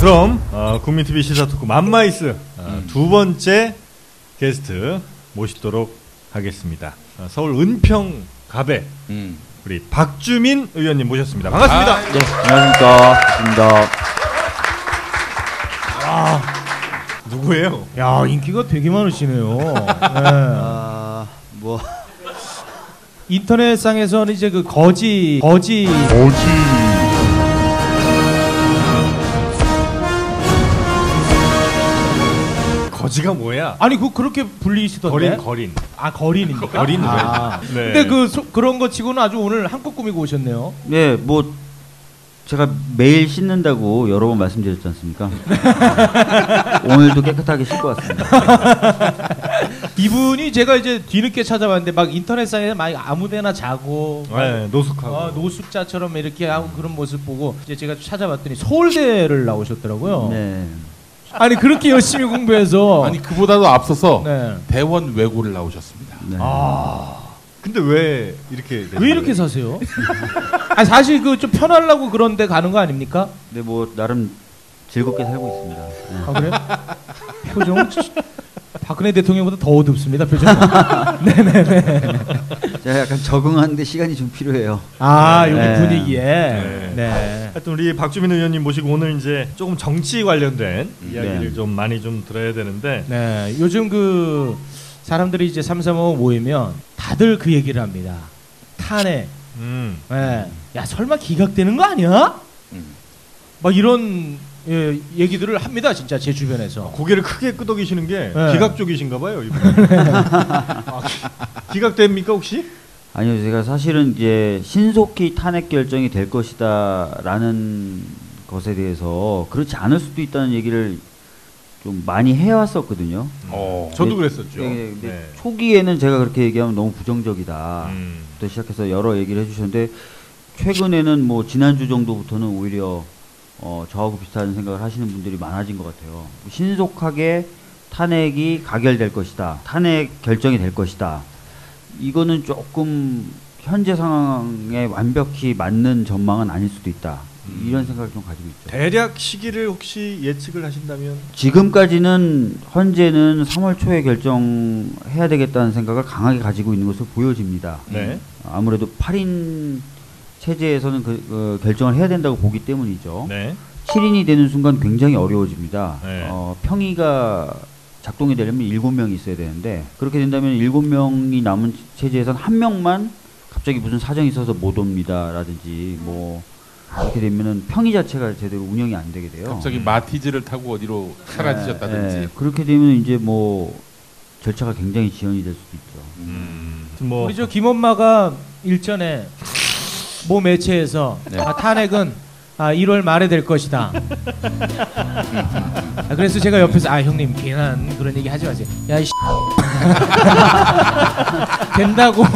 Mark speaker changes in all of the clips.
Speaker 1: 그럼 어, 국민TV 시사토크 맘마이스 어, 두 번째 게스트 모시도록 하겠습니다. 어, 서울 은평 갑에
Speaker 2: 음.
Speaker 1: 우리 박주민 의원님 모셨습니다. 반갑습니다.
Speaker 2: 네, 안녕하십니까. 반갑습니다.
Speaker 1: 누구예요?
Speaker 3: 야 인기가 되게 많으시네요. 예.
Speaker 2: 아, 뭐,
Speaker 3: 인터넷상에서는 이제 그 거지 거지
Speaker 1: 거지가 뭐야?
Speaker 3: 아니 그 그렇게 불리시던데
Speaker 1: 거린 네. 거린.
Speaker 3: 아 거린입니까?
Speaker 1: 거린 누구예요?
Speaker 3: 아.
Speaker 1: 네.
Speaker 3: 근데 그 소- 그런 거 치고는 아주 오늘 한껏 꾸미고 오셨네요.
Speaker 2: 예, 뭐, 제가 매일 씻는다고 여러 번 말씀드렸지 않습니까? 오늘도 깨끗하게 씻고 왔습니다.
Speaker 3: 이분이 제가 이제 뒤늦게 찾아봤는데 막 인터넷상에 막 아무데나 자고 막
Speaker 1: 네, 노숙하고
Speaker 3: 어, 노숙자처럼 이렇게 하고 그런 모습 보고 이제 제가 찾아봤더니 서울대를 나오셨더라고요.
Speaker 2: 네.
Speaker 3: 아니 그렇게 열심히 공부해서
Speaker 4: 아니 그보다도 앞서서
Speaker 3: 어. 네.
Speaker 4: 대원 외고를 나오셨습니다.
Speaker 2: 네.
Speaker 1: 근데 왜 이렇게
Speaker 3: 왜 이렇게 사세요? 아니 사실 그 좀 편하려고 그런 데 가는 거 아닙니까?
Speaker 2: 근데 뭐, 나름 즐겁게 살고 있습니다. 네.
Speaker 3: 아 그래요? 표정 박근혜 대통령보다 더 어둡습니다 표정. 네,
Speaker 2: 제가 약간 적응하는데 시간이 좀 필요해요.
Speaker 3: 아 여기
Speaker 2: 네.
Speaker 3: 분위기에
Speaker 1: 네.
Speaker 3: 네.
Speaker 1: 하여튼 우리 박주민 의원님 모시고 오늘 이제 조금 정치 관련된
Speaker 2: 음,
Speaker 1: 이야기를
Speaker 2: 네.
Speaker 1: 좀 많이 좀 들어야 되는데
Speaker 3: 네, 요즘 그 사람들이 이제 삼삼오오 모이면 다들 그 얘기를 합니다. 탄핵.
Speaker 1: 음.
Speaker 3: 예. 야 설마 기각되는 거 아니야?
Speaker 4: 음.
Speaker 3: 막 이런 예, 얘기들을 합니다 진짜 제 주변에서.
Speaker 1: 고개를 크게 끄덕이시는 게
Speaker 3: 네.
Speaker 1: 기각 쪽이신가 봐요, 이분. 아, 기- 기각됩니까 혹시?
Speaker 2: 아니요, 제가 사실은 이제 신속히 탄핵 결정이 될 것이다라는 것에 대해서 그렇지 않을 수도 있다는 얘기를 좀 많이 해왔었거든요.
Speaker 4: 어.
Speaker 1: 저도
Speaker 2: 네.
Speaker 1: 그랬었죠.
Speaker 2: 예, 근데
Speaker 1: 네.
Speaker 2: 초기에는 제가 그렇게 얘기하면 너무 부정적이다.
Speaker 1: 음.
Speaker 2: 부터 시작해서 여러 얘기를 해주셨는데 최근에는 뭐 지난주 정도부터는 오히려 어, 저하고 비슷한 생각을 하시는 분들이 많아진 것 같아요. 신속하게 탄핵이 가결될 것이다. 탄핵 결정이 될 것이다. 이거는 조금 현재 상황에 완벽히 맞는 전망은 아닐 수도 있다. 이런 생각을 좀 가지고 있죠.
Speaker 1: 대략 시기를 혹시 예측을 하신다면
Speaker 2: 지금까지는 현재는 3월 초에 결정해야 되겠다는 생각을 강하게 가지고 있는 것으로 보여집니다.
Speaker 1: 네.
Speaker 2: 아무래도 8인 체제에서는 그, 그 결정을 해야 된다고 보기 때문이죠.
Speaker 1: 네.
Speaker 2: 7인이 되는 순간 굉장히 어려워집니다.
Speaker 1: 네.
Speaker 2: 어, 평의가 작동이 되려면 7명이 있어야 되는데 그렇게 된다면 7명이 남은 체제에선 한 명만 갑자기 무슨 사정이 있어서 못 옵니다라든지 뭐 그렇게 되면은 평의 자체가 제대로 운영이 안 되게 돼요.
Speaker 4: 갑자기 마티즈를 타고 어디로 사라지셨다든지.
Speaker 3: 네.
Speaker 2: 예, 예. 그렇게 되면 이제 뭐 절차가 굉장히 지연이 될 수도 있죠.
Speaker 1: 음. 뭐
Speaker 3: 우리 저 김엄마가 일전에 모 매체에서 아, 탄핵은 아, 1월 말에 될 것이다. 아, 그래서 제가 옆에서 아 형님 괜한 그런 얘기 하지 마세요. 야 이. 된다고.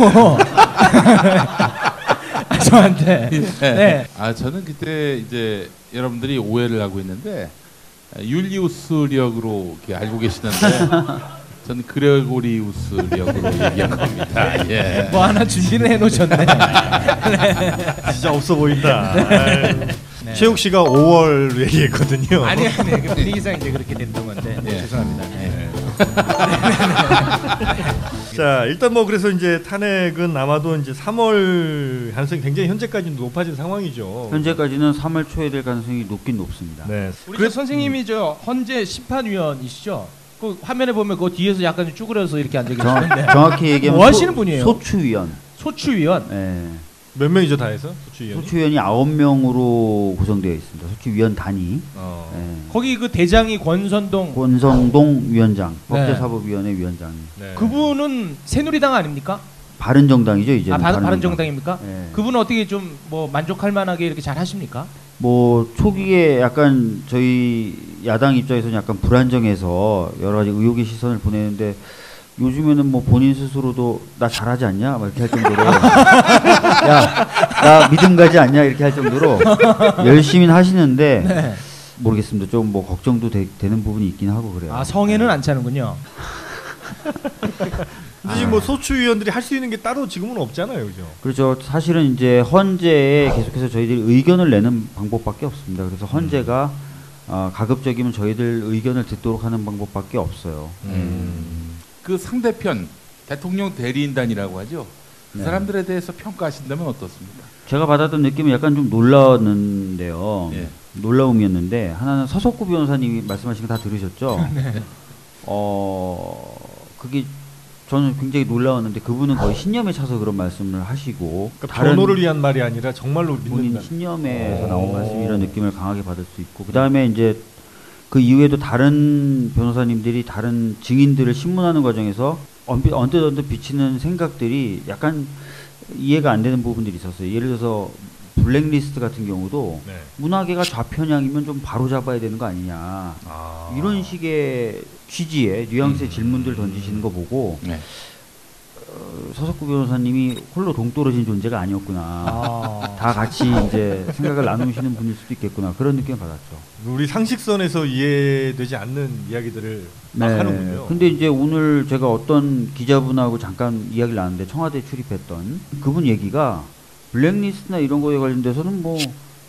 Speaker 3: 아, 저한테.
Speaker 4: 예.
Speaker 3: 네.
Speaker 4: 아 저는 그때 이제 여러분들이 오해를 하고 있는데 아, 율리우스력으로 이렇게 알고 계시는데 저는 그레고리우스력으로 얘기한 겁니다. 예.
Speaker 3: 뭐 하나 준비는 해놓으셨네.
Speaker 1: 아, 진짜 없어 보인다. 아유. 최욱 씨가 5월 얘기했거든요.
Speaker 3: 네. 아니 아니 그 분위기상 이제 그렇게 됐던 건데 네,
Speaker 4: 예.
Speaker 3: 죄송합니다. 네.
Speaker 1: 자, 일단 뭐 그래서 이제 탄핵은 아마도 이제 3월 가능성이 굉장히 현재까지는 높아진 상황이죠.
Speaker 2: 현재까지는 3월 초에 될 가능성이 높긴 높습니다.
Speaker 1: 네.
Speaker 3: 우리 그 선생님이 저 헌재 심판위원이시죠? 그 화면에 보면 그 뒤에서 약간 좀 쭈그려서 이렇게 앉아
Speaker 2: 정,
Speaker 3: 계시는데
Speaker 2: 확히 얘기하면
Speaker 3: 뭐 하시는 분이에요?
Speaker 2: 소추위원.
Speaker 3: 소추위원
Speaker 2: 예.
Speaker 1: 몇 명이죠 다 해서?
Speaker 3: 예.
Speaker 1: 수치 위원이?
Speaker 2: 소추위원이 9명으로 구성되어 있습니다. 소추위원 단위.
Speaker 1: 어.
Speaker 2: 예.
Speaker 3: 거기 그 대장이 권선동
Speaker 2: 권성동 위원장,
Speaker 3: 네.
Speaker 2: 법제사법위원회 위원장.
Speaker 1: 네.
Speaker 3: 그분은 새누리당 아닙니까?
Speaker 2: 바른정당이죠, 이제.
Speaker 3: 아 바, 바른정당입니까?
Speaker 2: 예.
Speaker 3: 그분은 어떻게 좀 뭐 만족할 만하게 이렇게 잘 하십니까?
Speaker 2: 뭐 초기에 약간 저희 야당 입장에서는 약간 불안정해서 여러 가지 의혹의 시선을 보내는데 요즘에는 뭐 본인 스스로도 나 잘하지 않냐 막 이렇게 할 정도로 야 나 믿음 가지 않냐 이렇게 할 정도로 열심히 하시는데
Speaker 3: 네.
Speaker 2: 모르겠습니다 좀 뭐 걱정도 되, 는 부분이 있긴 하고 그래요
Speaker 3: 아 성에는 안 차는군요.
Speaker 1: 근데
Speaker 2: 아.
Speaker 1: 지금 뭐 소추 위원들이 할 수 있는 게 따로 지금은 없잖아요, 그죠?
Speaker 2: 그렇죠 사실은 이제 헌재에 계속해서 저희들이 의견을 내는 방법밖에 없습니다 그래서 헌재가 아, 가급적이면 저희들 의견을 듣도록 하는 방법밖에 없어요.
Speaker 4: 음. 그 상대편 대통령 대리인단이라고 하죠. 그
Speaker 2: 네.
Speaker 4: 사람들에 대해서 평가하신다면 어떻습니까?
Speaker 2: 제가 받았던 느낌은 약간 좀 놀라웠는데요.
Speaker 4: 예.
Speaker 2: 놀라움이었는데 하나는 서석구 변호사님이 말씀하신 거 다 들으셨죠?
Speaker 1: 네.
Speaker 2: 어 그게 저는 굉장히 놀라웠는데 그분은 거의 신념에 차서 그런 말씀을 하시고
Speaker 1: 그러니까 변호를 위한 말이 아니라 정말로
Speaker 2: 본인
Speaker 1: 믿는다. 어.
Speaker 2: 신념에서 나온
Speaker 1: 오.
Speaker 2: 말씀 이런 느낌을 강하게 받을 수 있고 그 다음에 이제 그 이후에도 다른 변호사님들이 다른 증인들을 신문하는 과정에서 언뜻 언뜻, 언뜻 비치는 생각들이 약간 이해가 안 되는 부분들이 있었어요. 예를 들어서 블랙리스트 같은 경우도
Speaker 1: 네.
Speaker 2: 문화계가 좌편향이면 좀 바로 잡아야 되는 거 아니냐
Speaker 1: 아.
Speaker 2: 이런 식의 취지의
Speaker 1: 음.
Speaker 2: 뉘앙스의 질문들 을 던지시는 거 보고
Speaker 4: 네.
Speaker 2: 어, 서석구 변호사님이 홀로 동떨어진 존재가 아니었구나.
Speaker 3: 아.
Speaker 2: 다 같이 이제 생각을 나누시는 분일 수도 있겠구나 그런 느낌을 받았죠.
Speaker 1: 우리 상식선에서 이해되지 않는 이야기들을
Speaker 2: 아,
Speaker 1: 막 하는군요.
Speaker 2: 네. 근데 이제 오늘 제가 어떤 기자분하고 잠깐 이야기를 나눴는데 청와대 출입했던 그분 얘기가 블랙리스트나 이런 거에 관련돼서는 뭐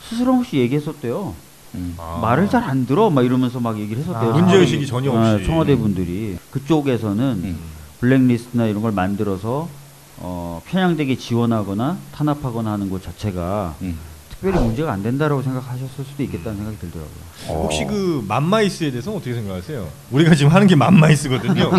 Speaker 2: 스스럼 없이 얘기했었대요.
Speaker 4: 음.
Speaker 1: 아.
Speaker 2: 말을 잘 안 들어 막 이러면서 막 얘기를 했었대요.
Speaker 3: 아.
Speaker 1: 문제의식이 전혀
Speaker 2: 아,
Speaker 1: 없이. 네.
Speaker 2: 청와대 분들이 그쪽에서는
Speaker 4: 음.
Speaker 2: 블랙리스트나 이런 걸 만들어서 어, 편향되게 지원하거나 탄압하거나 하는 것 자체가
Speaker 4: 음.
Speaker 2: 특별히 문제가 안 된다라고 생각하셨을 수도 있겠다는 생각이 들더라고요. 어.
Speaker 1: 혹시 그 맘마이스에 대해서 어떻게 생각하세요? 우리가 지금 하는 게 맘마이스거든요.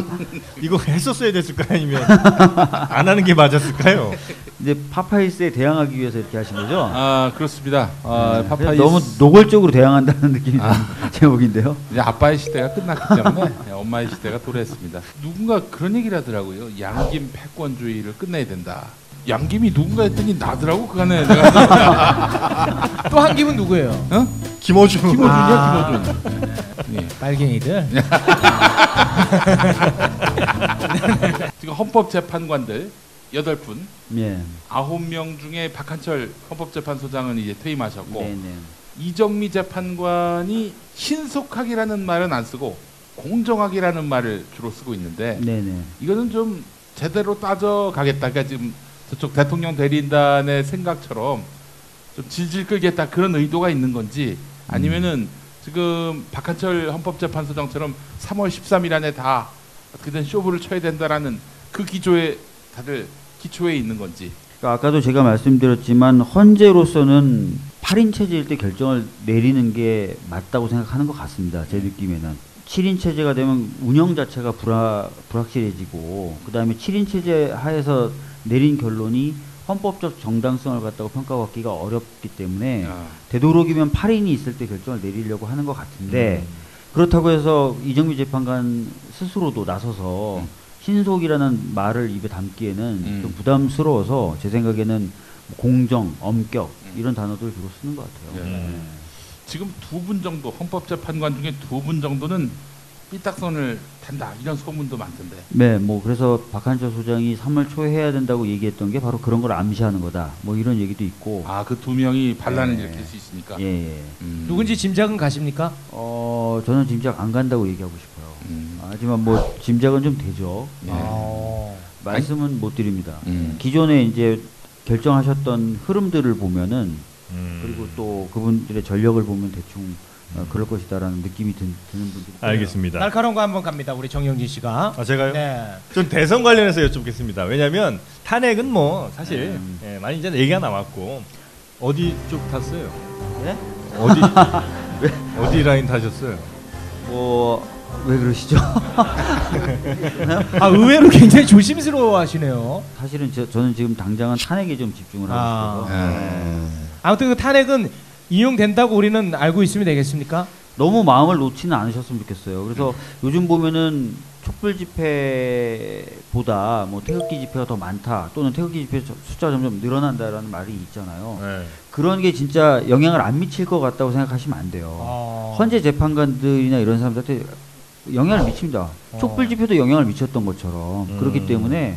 Speaker 1: 이거 했었어야 됐을까요? 아니면 안 하는 게 맞았을까요?
Speaker 2: 이제 파파이스에 대항하기 위해서 이렇게 하신 거죠?
Speaker 4: 아 그렇습니다. 아,
Speaker 2: 네.
Speaker 4: 파파이
Speaker 2: 너무 노골적으로 대항한다는 느낌이
Speaker 4: 아.
Speaker 2: 드는 제목인데요.
Speaker 4: 이제 아빠의 시대가 끝났기 때문에 네, 엄마의 시대가 도래했습니다. 누군가 그런 얘기를 하더라고요. 양김 패권주의를 끝내야 된다. 양김이 누군가 했더니 나더라고 그간에 내가
Speaker 3: 또 한 기분 누구예요?
Speaker 4: 어?
Speaker 1: 김어준.
Speaker 4: 김호준이야
Speaker 3: 아.
Speaker 4: 김호준. 예.
Speaker 3: 빨갱이들.
Speaker 4: 지금 헌법재판관들 여덟 분
Speaker 2: 예.
Speaker 4: 아홉 명 중에 박한철 헌법재판소장은 이제 퇴임하셨고
Speaker 2: 네네.
Speaker 4: 이정미 재판관이 신속하기라는 말은 안 쓰고 공정하기라는 말을 주로 쓰고 있는데
Speaker 2: 네네.
Speaker 4: 이거는 좀 제대로 따져가겠다. 그러니까 지금 저쪽 대통령 대리인단의 생각처럼 좀 질질 끌겠다 그런 의도가 있는 건지 아니면은 지금 박한철 헌법재판소장처럼 3월 13일 안에 다 어떻게든 쇼부를 쳐야 된다라는 그 기조에 다들 기초에 있는 건지.
Speaker 2: 그러니까 아까도 제가 말씀드렸지만 헌재로서는 8인 체제일 때 결정을 내리는 게 맞다고 생각하는 것 같습니다. 제 느낌에는. 7인 체제가 되면 운영 자체가 불화, 불확실해지고 그다음에 7인 체제 하에서 내린 결론이 헌법적 정당성을 갖다고 평가받기가 어렵기 때문에
Speaker 4: 아,
Speaker 2: 되도록이면 8인이 있을 때 결정을 내리려고 하는 것
Speaker 4: 네.
Speaker 2: 같은데 그렇다고 해서 이정미 재판관 스스로도 나서서
Speaker 4: 음.
Speaker 2: 신속이라는 말을 입에 담기에는
Speaker 4: 음.
Speaker 2: 좀 부담스러워서 제 생각에는 공정, 엄격
Speaker 4: 음.
Speaker 2: 이런 단어들을 주로 쓰는 것 같아요.
Speaker 4: 예.
Speaker 1: 음.
Speaker 4: 지금 두 분 정도 헌법재판관 중에 두 분 정도는 삐딱선을 탄다 이런 소문도 많던데.
Speaker 2: 네, 뭐 그래서 박한철 소장이 3월 초에 해야 된다고 얘기했던 게 바로 그런 걸 암시하는 거다. 뭐 이런 얘기도 있고.
Speaker 4: 아 그 두 명이 반란을
Speaker 2: 예.
Speaker 4: 일으킬 수 있으니까.
Speaker 2: 예, 예.
Speaker 4: 음.
Speaker 3: 누군지 짐작은 가십니까?
Speaker 2: 어, 저는 짐작 안 간다고 얘기하고 싶어요.
Speaker 4: 음.
Speaker 2: 하지만 뭐 짐작은 좀 되죠.
Speaker 4: 예.
Speaker 3: 아.
Speaker 2: 말씀은 못 드립니다.
Speaker 4: 음.
Speaker 2: 기존에 이제 결정하셨던 흐름들을 보면은
Speaker 1: 음.
Speaker 2: 그리고 또 그분들의 전력을 보면 대충 어, 그럴 것이다라는 느낌이 든, 드는 분들.
Speaker 1: 알겠습니다.
Speaker 3: 날카로운 거 한번 갑니다. 우리 정영진 씨가.
Speaker 1: 아 제가요?
Speaker 3: 네.
Speaker 1: 좀 대선 관련해서 여쭙겠습니다. 왜냐하면 탄핵은 뭐 사실
Speaker 2: 네.
Speaker 1: 예, 많이 이제 얘기가 나왔고 어디 쪽 탔어요?
Speaker 2: 네?
Speaker 1: 어디 어디 라인 타셨어요?
Speaker 2: 어, 뭐왜 그러시죠?
Speaker 3: 아 의외로 굉장히 조심스러워하시네요.
Speaker 2: 사실은 저, 저는 지금 당장은 탄핵에 좀 집중을 하고
Speaker 3: 아.
Speaker 2: 있어서
Speaker 4: 예.
Speaker 3: 아무튼 그 탄핵은 이용된다고 우리는 알고 있으면 되겠습니까?
Speaker 2: 너무 마음을 놓지는 않으셨으면 좋겠어요.
Speaker 1: 음.
Speaker 2: 그래서 요즘 보면은 촛불 집회보다 뭐 태극기 집회가 더 많다 또는 태극기 집회 숫자 점점 늘어난다라는 말이 있잖아요.
Speaker 1: 네.
Speaker 2: 그런 게 진짜 영향을 안 미칠 것 같다고 생각하시면 안 돼요.
Speaker 1: 아.
Speaker 3: 어.
Speaker 2: 헌재 재판관들이나 이런 사람들한테 영향을 미칩니다.
Speaker 3: 어.
Speaker 2: 촛불 집회도 영향을 미쳤던 것처럼
Speaker 1: 음.
Speaker 2: 그렇기 때문에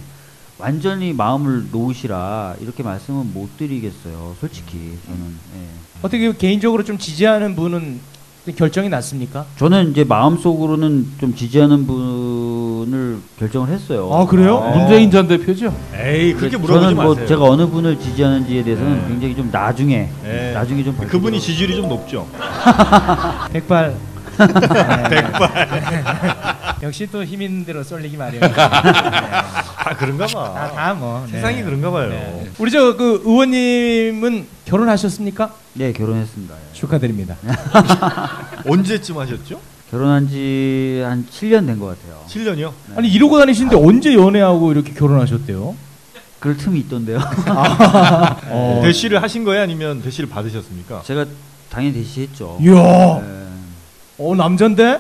Speaker 2: 완전히 마음을 놓으시라 이렇게 말씀은 못
Speaker 1: 음.
Speaker 2: 드리겠어요. 솔직히 저는 예.
Speaker 3: 어떻게 그 개인적으로 좀 지지하는 분은 결정이 났습니까?
Speaker 2: 저는 이제 마음 속으로는 좀 지지하는 분을 결정을 했어요.
Speaker 3: 아, 그래요?
Speaker 2: 네.
Speaker 4: 문재인 전 대표죠?
Speaker 1: 에이 그렇게 물어보지
Speaker 2: 저는 뭐
Speaker 1: 마세요.
Speaker 2: 제가 어느 분을 지지하는지에 대해서는
Speaker 1: 네.
Speaker 2: 굉장히 좀 나중에
Speaker 1: 네.
Speaker 2: 나중에 좀
Speaker 1: 그분이
Speaker 2: 밝히도록-
Speaker 1: 지지율이 좀 높죠.
Speaker 3: 백발. 백발. 역시 또 힘 있는 대로 쏠리기 마련이다.
Speaker 1: 다 그런가 봐.
Speaker 3: 다 뭐. 네.
Speaker 1: 세상이 그런가 봐요.
Speaker 3: 네. 우리 저 그 의원님은 결혼하셨습니까? 네.
Speaker 2: 네 결혼했습니다. 예.
Speaker 3: 축하드립니다.
Speaker 1: 언제쯤 하셨죠?
Speaker 2: 결혼한 지 한 7년 된 것 같아요.
Speaker 1: 7년이요?
Speaker 3: 아니 이러고 다니시는데 언제 연애하고 이렇게 결혼하셨대요?
Speaker 2: 그럴 틈이 있던데요.
Speaker 3: 어.
Speaker 1: 대시를 하신 거예요? 아니면 대시를 받으셨습니까?
Speaker 2: 제가 당연히 대시했죠.
Speaker 3: 이야,
Speaker 2: 예.
Speaker 3: 어 남잔데?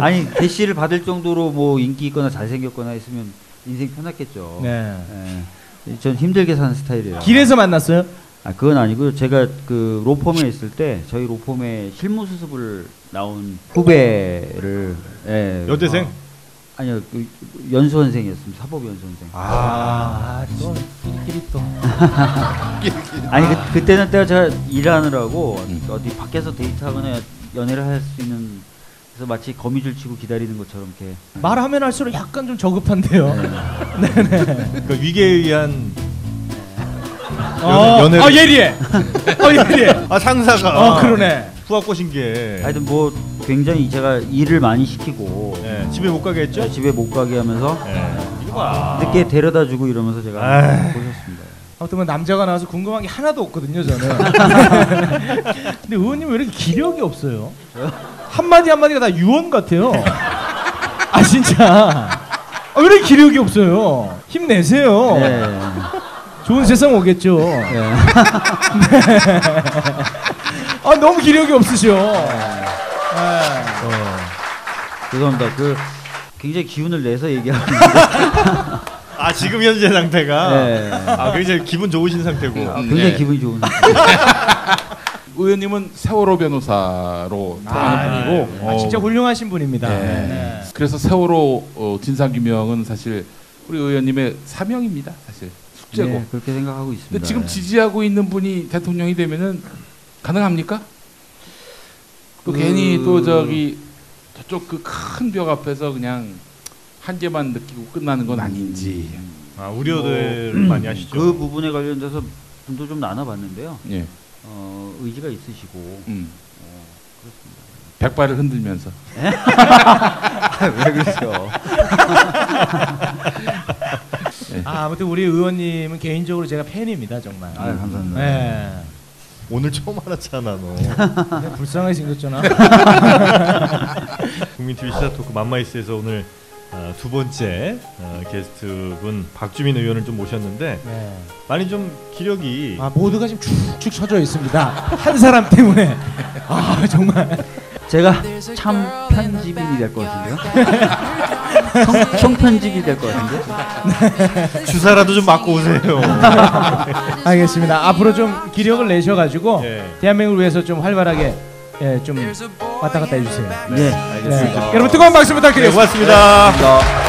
Speaker 2: 아니 대시를 받을 정도로 뭐 인기 있거나 잘생겼거나 있으면 인생 편했겠죠.
Speaker 3: 네.
Speaker 2: 예. 전 힘들게 사는 스타일이에요.
Speaker 3: 길에서 만났어요?
Speaker 2: 아 그건 아니고요. 제가 그 로펌에 있을 때 저희 로펌에 실무 수습을 나온 후배를 예,
Speaker 1: 여대생?
Speaker 2: 어, 아니요 그 연수원생이었습니다. 사법 연수원생. 아,
Speaker 3: 아, 또 끼리끼리 또.
Speaker 2: 니 그, 그때는 때가 제가 일하느라고
Speaker 4: 음.
Speaker 2: 어디 밖에서 데이트하거나 연애를 할 수 있는 그래서 마치 거미줄 치고 기다리는 것처럼 이렇게
Speaker 3: 말하면 할수록 약간 좀 저급한데요.
Speaker 1: 네. 그러니까 위계에 의한
Speaker 3: 어,
Speaker 1: 연애를-
Speaker 3: 아 예리해. 어 예리해.
Speaker 1: 아 상사가
Speaker 3: 어 그러네.
Speaker 1: 후학 꼬신 게
Speaker 2: 하여튼 뭐 굉장히 제가 일을 많이 시키고
Speaker 1: 예, 집에 못 가게 했죠?
Speaker 2: 제가 집에 못 가게 하면서
Speaker 1: 예. 이거 봐.
Speaker 2: 늦게 데려다 주고 이러면서 제가
Speaker 1: 아이.
Speaker 2: 보셨습니다.
Speaker 3: 아무튼 뭐 남자가 나와서 궁금한 게 하나도 없거든요 저는. 근데 의원님 왜 이렇게 기력이 없어요? 한 마디 한 마디가 다 유언 같아요. 아 진짜. 아, 왜 이렇게 기력이 없어요? 힘내세요.
Speaker 2: 네.
Speaker 3: 좋은 세상 오겠죠.
Speaker 2: 네.
Speaker 3: 아 너무 기력이 없으셔. 네.
Speaker 2: 죄송합니다. 그 굉장히 기운을 내서 얘기하고 있는데
Speaker 1: 아 지금 현재 상태가
Speaker 2: 예.
Speaker 1: 아 굉장히 기분 좋으신 상태고
Speaker 4: 음.
Speaker 2: 굉장히
Speaker 4: 네.
Speaker 2: 기분이 좋은
Speaker 4: 의원님은 세월호 변호사로
Speaker 3: 아,
Speaker 4: 다니고 어,
Speaker 3: 아,
Speaker 1: 어.
Speaker 3: 진짜 훌륭하신 분입니다.
Speaker 4: 네.
Speaker 3: 네.
Speaker 4: 그래서 세월호 어, 진상 규명은 사실 우리 의원님의 사명입니다. 사실 숙제고.
Speaker 2: 네, 그렇게 생각하고 있습니다. 네.
Speaker 4: 근데 지금 지지하고 있는 분이 대통령이 되면은 가능합니까? 또
Speaker 2: 그-
Speaker 4: 괜히 또 저기 저쪽 그 큰 벽 앞에서 그냥 한계만 느끼고 끝나는 건 아닌지.
Speaker 2: 음.
Speaker 1: 아, 우려들 많이 하시죠.
Speaker 2: 그 부분에 관련돼서 분도 좀 나눠봤는데요.
Speaker 4: 예.
Speaker 2: 어, 의지가 있으시고
Speaker 4: 음. 백발을 흔들면서.
Speaker 2: 왜 그러세요?
Speaker 3: 아, 아무튼 우리 의원님은 개인적으로 제가 팬입니다 정말.
Speaker 2: 아 감사합니다.
Speaker 3: 네.
Speaker 1: 오늘 처음 알았잖아 너.
Speaker 3: 근데 네, 불쌍하게 생겼잖아.
Speaker 1: 국민 TV 시사 토크 만마이스에서 오늘 어, 두 번째 어, 게스트분 박주민 의원을 좀 모셨는데
Speaker 3: 네.
Speaker 1: 많이 좀 기력이
Speaker 3: 아 모두가 지금 쭉쭉 쳐져 있습니다. 한 사람 때문에. 아 정말.
Speaker 2: 제가 참 편집인이 될 것 같은데요. 성, 성편집이 될 것 같은데.
Speaker 1: 주사라도 좀 맞고 오세요.
Speaker 3: 알겠습니다. 앞으로 좀 기력을 내셔가지고
Speaker 1: 예.
Speaker 3: 대한민국을 위해서 좀 활발하게 예, 좀 왔다 갔다 해주세요.
Speaker 2: 네.
Speaker 3: 네. 여러분 뜨거운 박수
Speaker 1: 네,
Speaker 3: 부탁드리겠습니다.
Speaker 1: 고맙습니다.
Speaker 2: 감사합니다.